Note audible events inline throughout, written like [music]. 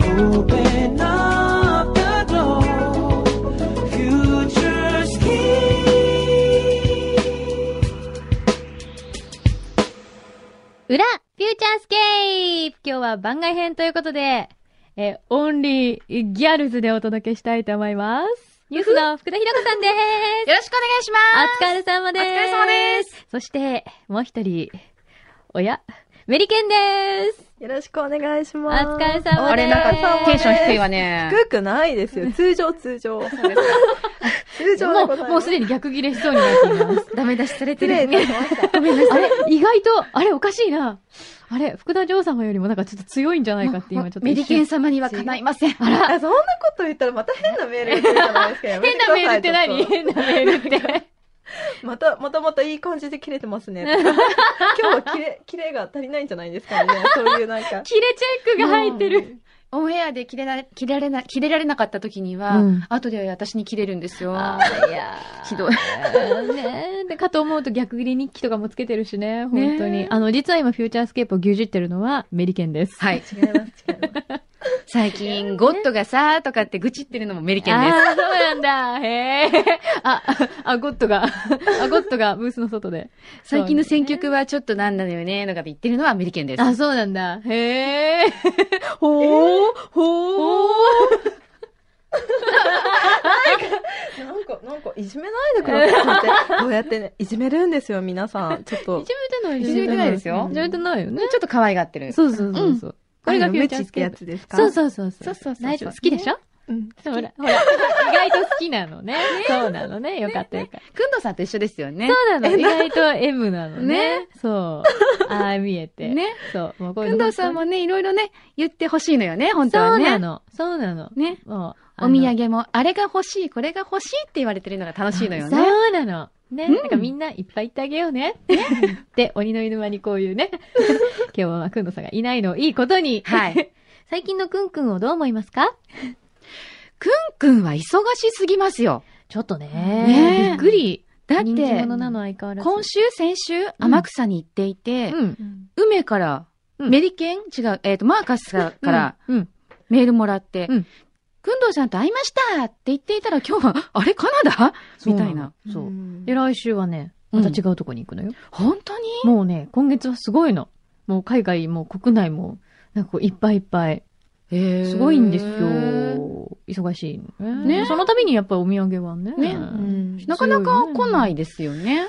Open up the door, future's key. 裏、フューチャースケープ今日は番外編ということで、えーオンリーギャルズでお届けしたいと思います。ニュースの福田ひろ子さんで。よろしくお願いしまおす疲れ様です。お疲れ様です。そして、もう一人、おや、メリケンです。よろしくお願いしおます。疲れ様です。あれなんかテンション低いわね。低くないですよ。通常、通常。通常でござもいまう、もうすでに逆ギレしそうになっています。 [laughs] ダメ出しされて失礼る。いた [laughs] しました。ごめんなさい。あれ、意外と、あれ、おかしいな。あれ、福田嬢様よりもなんかちょっと強いんじゃないかって今ちょっとメ一瞬。リケン様にはかない [laughs] ません。あら。あそんなこと言ったらまた変なメールが来るじゃないですか。やめ変てくだなさいメールって何ちょっ変なメールって。とまた、またまたいい感じで切れてますね。今日はキレ、キレが足りないんじゃないですかね。そういうなんか。キレチェックが入ってる。オンエアで切れられ、切れられな、切れられなかった時には、うん後で私に切れるんですよ。いやひどい。い。ねで、かと思うと逆切り日記とかもつけてるしね、本当に。ねあの、実は今、フューチャースケープを牛耳ってるのはメリケンです。はい。違います、違います。最近、ゴッドがさーとかって愚痴ってるのもメリケンです。ああ、そうなんだ。へえ。 [laughs] あ、あ、ゴットが、あ、ゴットがブースの外で。最近の選曲はちょっとなんなのよね、とかって言ってるのはメリケンです。あ、そうなんだ。へえ。ほー、ほー。なんか、なんか、いじめないでくださ [laughs] いって。こうやってね、いじめるんですよ、皆さん。ちょっとい。じめてないいじめてないですよいじめてないよね。ちょっと可愛がってる。そうそうそうそう。これがフューチャーっスケてーやプ。つですかそうそうそうそう。そうそうそう大丈夫。好きでしょうん。ほら、ほら、意外と好きなのね。そうなのね。よかったよかった。くんどさんと一緒ですよね。そうなの。意外と M なのねね。そう。ああ見えて。ね。そう。もうこういうくのんどさんもね、いろいろね、言ってほしいのよね、本当はそうね。なの。そうなの。ね。もう。お土産も、あれが欲しい、これが欲しいって言われてるのが楽しいのよね。そうなの。ね。うんだからみんないっぱい言ってあげようね。で、鬼の犬間にこういう [laughs] ね。今日はくんどさんがいないのをいいことに。はい。最近のくんくんをどう思いますかくんくんは忙しすぎますよ。ちょっとね。ねえびっくり。だって人気者なの相変わらず。今週、先週、天草に行っていて、うん。梅から、うんメリケン違う、えっ、と、マーカスさんからうん、うん。メールもらって、うんくんどうさんと会いましたって言っていたら今日は、 [laughs] あれカナダみたいな。そうう。んで、来週はね、また違うとこに行くのよ。本当にもうね、今月はすごいの。もう海外も国内も、なんかこういっぱいいっぱい。すごいんですよ。忙しいのね。ねその度にやっぱりお土産はね。。ねうんなかなか来ないいですよね。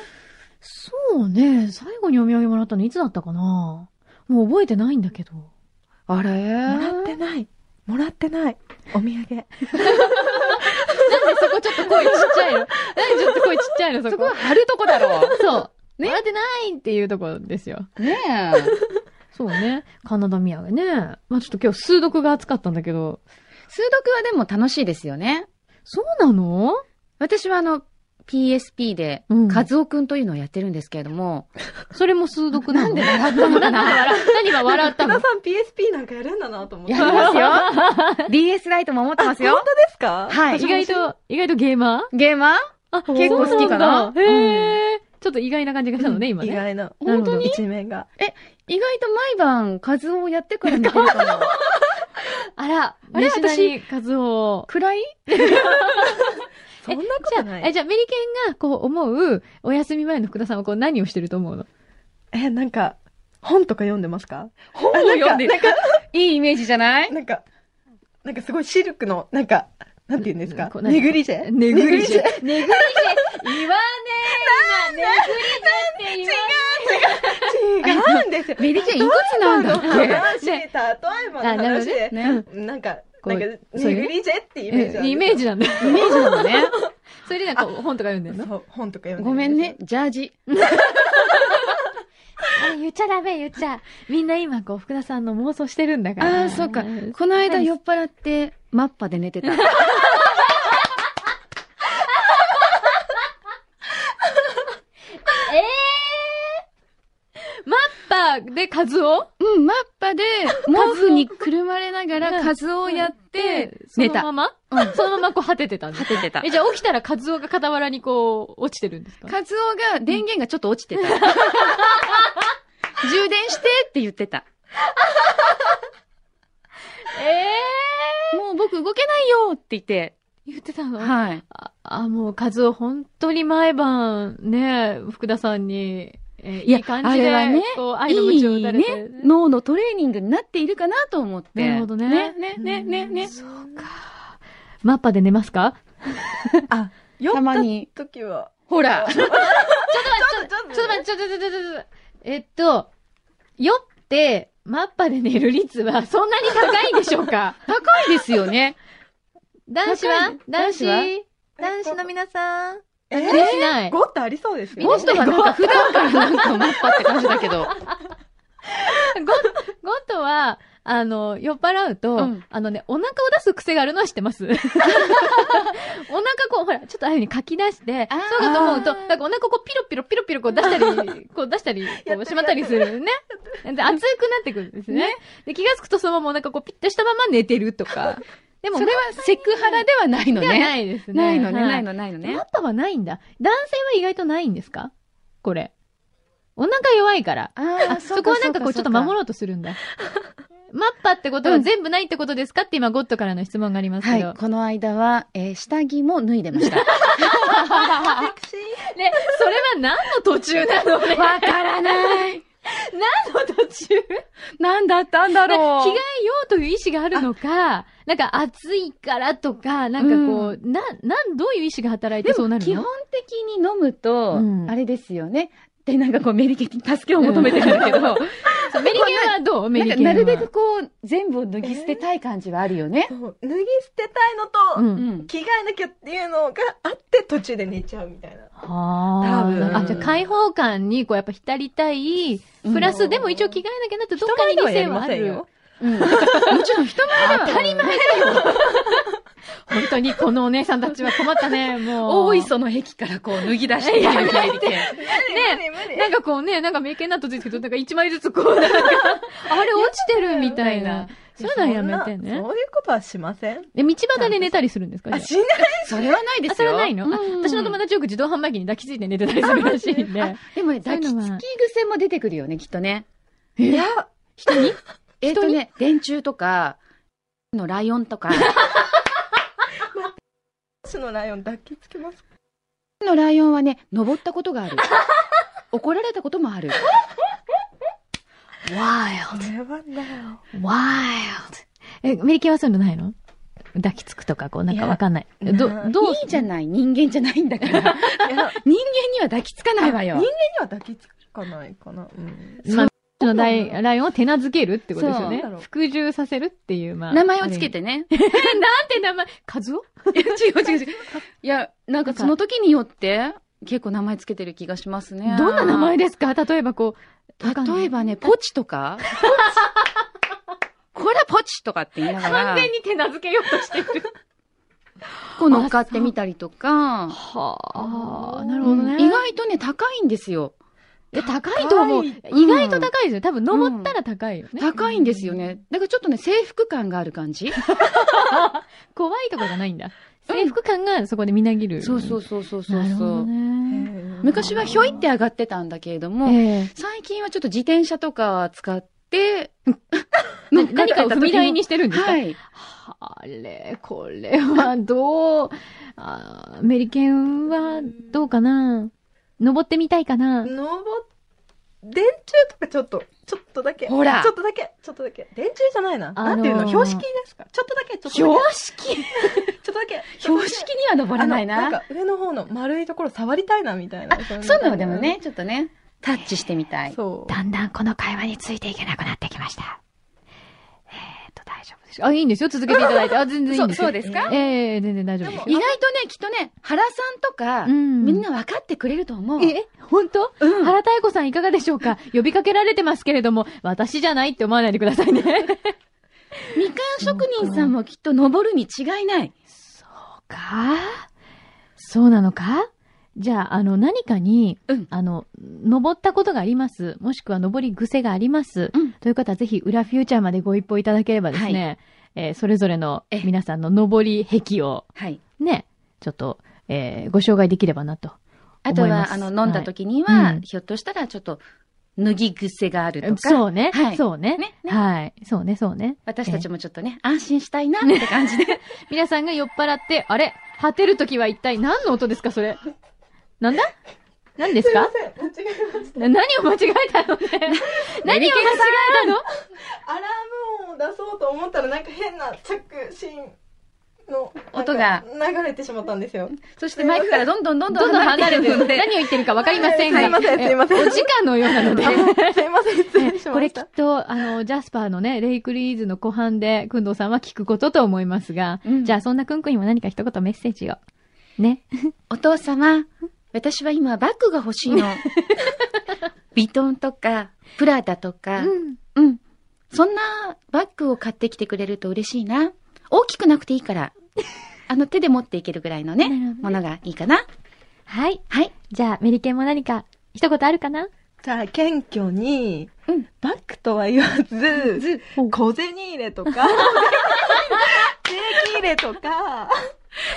そうね。最後にお土産もらったのいつだったかなもう覚えてないんだけど。あれもらってない。もらってない。お土産。なんでそこちょっと声ちっちゃいの [laughs] なんでちょっと声ちっちゃいのそそここは。貼るとこだ [laughs] ろう。そう。ねもらってないっていうところですよ。ねえ。そうね。カナダ土産ね。まあちょっと今日数読が暑かったんだけど。数読はでも楽しいですよね。そうなの私はあの、PSP でうん、カズオくんというのをやってるんですけれども、それも数読なの笑ったのかな [laughs] 何が笑った福田のさん PSP なんかやるんだなと思って。やりますよ !DS ライトも持ってます本よ当ですかはい意外と、意外とゲーマーゲーマーあ、結構好きそうかななんだへー。ちょっと意外な感じがしたのね、今意ね。外な。なるほど一面が。意外と毎晩、カズオをやってから寝てるかも。あら、ああれれ私、数を。暗いそんなことなえ、い。じゃあ、メリケンがこう思う、お休み前の福田さんはこう何をしてると [laughs] 思うのえ、なんか、本とか読んでますか本を読んでる。なんかいいイメージじゃないなんか、なんかすごいシルクの、なんか、なんて言うんですかこうなんかネグリジェねぐりじ。ねぐりじ。ネ言わねえな、ねぐりじってグリジェ違うんですよ。メリケンいくつなんだっ例えばのけ話、例えばの話で、ねねなんか、こなうんか、そうネいうグリジェってイメージなんです言よわイメージなんだ。イメージなのね。それでなんか本とか読んでんのそう、本とか読んでるですよごめんね、。ジャージ。あ言っちゃダメ、言っちゃ。みんな今、こう、福田さんの妄想してるんだかあら。あ、そうか。この間酔っ払って、マッパで寝てた。ええマッパで数をうん、マッパで、毛布にくるまれながら、カズオをやって、寝たその。まま、そのままこう果ててたんだ果。ててたえ、。じゃあ起きたらカズオが傍らにこう、落ちてるんですかカズオが電源がちょっと落ち [laughs] てた。充電してって言ってた。言って、言ってたのはい。ああ、もう、カズオ、本当に毎晩、ね、福田さんに、えーいやいい感じあで、れはねこう、愛の鞭を打たれて。いいね、脳のトレーニングになっているかなと思って。なるほどねね、ね、ね、ね、ね。そうか。マッパで寝ますか酔たっまたに。時は。ほら。ちょっちょっとと待って、ちょっと待って、ちょっと待って、えっと、酔って、マッパで寝る率はそんなに [laughs] 高いんでしょうか高いですよね。男子は高い男子男男子の皆さん。え気にしない。 5ってありそうですよね。ゴッドがなんか普段からなんかマッパって感じだ [laughs] けど。ゴットは、あの、酔っ払うと、うんあのね、お腹を出す癖があるのは知って [laughs] ます。お腹こう、ほら、ちょっとああいうふうにかき出して、あーそうかと思うと、なんかお腹こう、ピロピロピロピロこう出したり、こう出 [laughs] したり、こうしまったりするね。で、熱くなってくるんですね。で、気がつくとそのままお腹こう、ピッとしたまま寝てるとか。 [laughs] でも、それはセクハラではないのではね。ないですね。ないのね、はない。の、ないのねマッ。パはないんだ。男性は意外とないんですかこれ。お腹弱いから。ああ、 [laughs] そこはなんかこうちょっと守ろうとするんだ。 [laughs] マッパってことは全部ないってことですかって今ゴッドからの質問がありますはけど。い、この間は、えー下着も脱いでました。わ [laughs] ね、それは何の途中 [laughs] なのね。からない。何の途中なんだったんだ着ろう。替えようという意思があるのか、なんか暑いからとか、なんかこう、な、なん、どういう意思が働いてでそうなもるの基本的に飲むと、うんあれですよね。で、なんかこうメリケに助けを求めてるんだけど、そうメリケンはどうメなリんかケンは。なるべくこう、全部を脱ぎ捨てたい感じはあるよね。そう脱ぎ捨てたいのと、うん。うん。着替えなきゃっていうのがあって途中で寝ちゃうみたいな。はあ。多分あ、じゃあ開放感にこうやっぱ浸りたい。プラうス、んでも一応着替えなきゃなってどっかに理性はあ人前ではやりませんるよ。うん。もちろん人前では。当たり前本当にこのお姉さんたちは困ったね、もう。大磯の壁からこう脱ぎ出してるメリケン。ね無理無理なんかこうね、なんか名犬納豆ついてるけど、なんか一枚ずつこう、なんか、あれ落ちてるみたいな。そういうのはやめてそんねな。そういうことはしません。で、道端で寝たりするんですかあ、じゃしないそれはないですあよ。あ、それはないの、あうん私の友達よく自動販売機に抱きついて寝てたりするらしいんであ。でもね、そうい抱うきのはつき癖も出てくるよね、きっとね。え人にえっ、とね、電柱とか、 [laughs] のライオンとか、私のライオン抱きつけますかのライオンはね、登ったことがある。 [laughs] 怒られたこともある。わこれはなーよ。わーよ。え、メリケンはそういうのないの抱きつくとか、こう、なんかわかんない。いやど、ないどういいじゃない、人間じゃないんだ [laughs] から。人間 [laughs] いやには抱きつかないわ人間よに。は抱きつかないかな。うん。まあ、そのライライオンを手なずけるってことですよねそう。服従させるっていう、まあ。名前をつけてね。ある意味。なんて名前、カズオ [laughs] 違う違う違う。 [laughs] いや、なんかその時によって、結構名前つけてる気がしますね。どんな名前ですか例えばこう。わかんない例えばね、ポチとか。こらポチとかって言いながら、に手なずけようとしている。こう乗っかってみたりと [laughs] か、はあ、なるほどね。意外とね、高いんですよ。え高いと思う。高い意外と高いですよ。多分登ったら高いよね。高いんですよね。だからちょっとね、制服感がある感じ。怖いとかじゃないんだ。制服感がそこでみなぎる。そうそううそうそうそそうう。なるほそどう。ね。昔はひょいって上がってたんだけれども、え最近はちょっと自転車とか使 [laughs] って、えな何かを踏み台にしてるんですかはい。あれ、これはどう、あーメリケンはどうかな登ってみたいかな登っ、電柱とかちょっと、ちょっとだけ。ほらちょっとだけ、ちょっとだけ。電柱じゃないな。あのーなんていうの標識ですかちょっとだけ、ちょっとだ識け。ちょっとだけ。標識には登あらのないなんな。か上の方の丸いところ触りたいなみたいな。あ、そうなのでも。ね、ちょっとね、タッチしてみたい。そう。だんだんこの会話についていけなくなってきました。えーっと、大丈夫でしょうあ、いいんですよ。続けていた [laughs] だいて。あ、全然いいんですよ。そうそうですかええ全然大丈夫です意よ。外とね、きっとね、原さんとか、うんみんな分かってくれると思う。え、本当、原太子さんいかがでしょうか呼びかけられてますけれども、私じゃないって思わないでくださいね。みかん職人さんもきっと登るに違いない。かそうなのかじゃあ、あの、何かに、うんあの、登ったことがあります。もしくは登り癖があります。うんという方は、ぜひ、裏フューチャーまでご一報いただければですね、えーそれぞれのえ皆さんの登り癖を、はい。ね、ちょっと、えーご紹介できればなと。あと思いまは、すあの、飲んだ時にはは、いうんひょっとしたらちょっと、脱ぎ癖があるとか。そうね。はいそうねねねはい。そうね、そうね。私たちもちょっとね、安心したいなって感じで。皆さんが酔っ払って、あれ果てるときは一体何の音ですか、それ。なんだ何ですか間違えましな何を間違えたのね。何を間違えたのた。アラームを出そうと思ったらなんか変な着信のなんか音が流れてしまったんです [laughs] よ。そしてマイクからどんどんどんどどんんどん離れてるのので。で。何を言ってるかわかりませんが。すいませんすいませんえお時間のようなの [laughs] で。あすいません失礼しました。これきっと、あの、ジャスパーのね、レイクリーズの後半で、くんどうさんは聞くことと思いますが、うんじゃあそんなくんくんにも何か一言メッセージを。ね。お父様、私は今バッグが欲しいの。 [laughs] ビトンとか、プラダとか、ん。うん。そんなバッグを買ってきてくれると嬉しいな。大きくなくていい [laughs] から。あの手で持っていけるぐらいのね、なるほどねものがいいかな。はい。はい。じゃあ、メリケンも何か、一言あるかなじゃあ謙虚に、うんバックとは言わず、小銭入れ [laughs] とか、税金入れとか、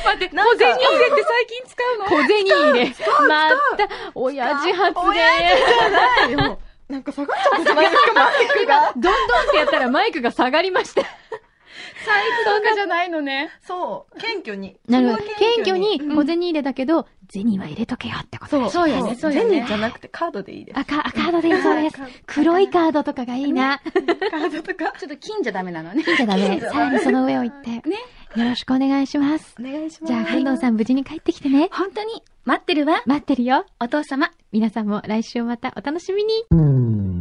待って、なんか銭って最近使うの小銭入れ。また、親父発言。ないよ。なんか下がっちゃったじゃないですか、マイクが。どんどんってやったらマイクが下がりました。財布とかじゃないのね。そう、謙虚に。なるほどそこ。は謙虚に小銭入れだけど、銭は入れとけよってことでそうす。そうよね、そうよね銭じ。ゃなくてカードでいいです。赤、カードでいいそうです。黒いカードとかがいいな。カードとか。ちょっと金じゃダメなのね。金じゃダメ。じゃさらにその上を行って。ねよろしくお願いします。お願いします。じゃあ、くんどうさん無事に帰ってきてね。本当に、待ってるわ、待ってるよ。お父様。皆さんも来週またお楽しみに。うん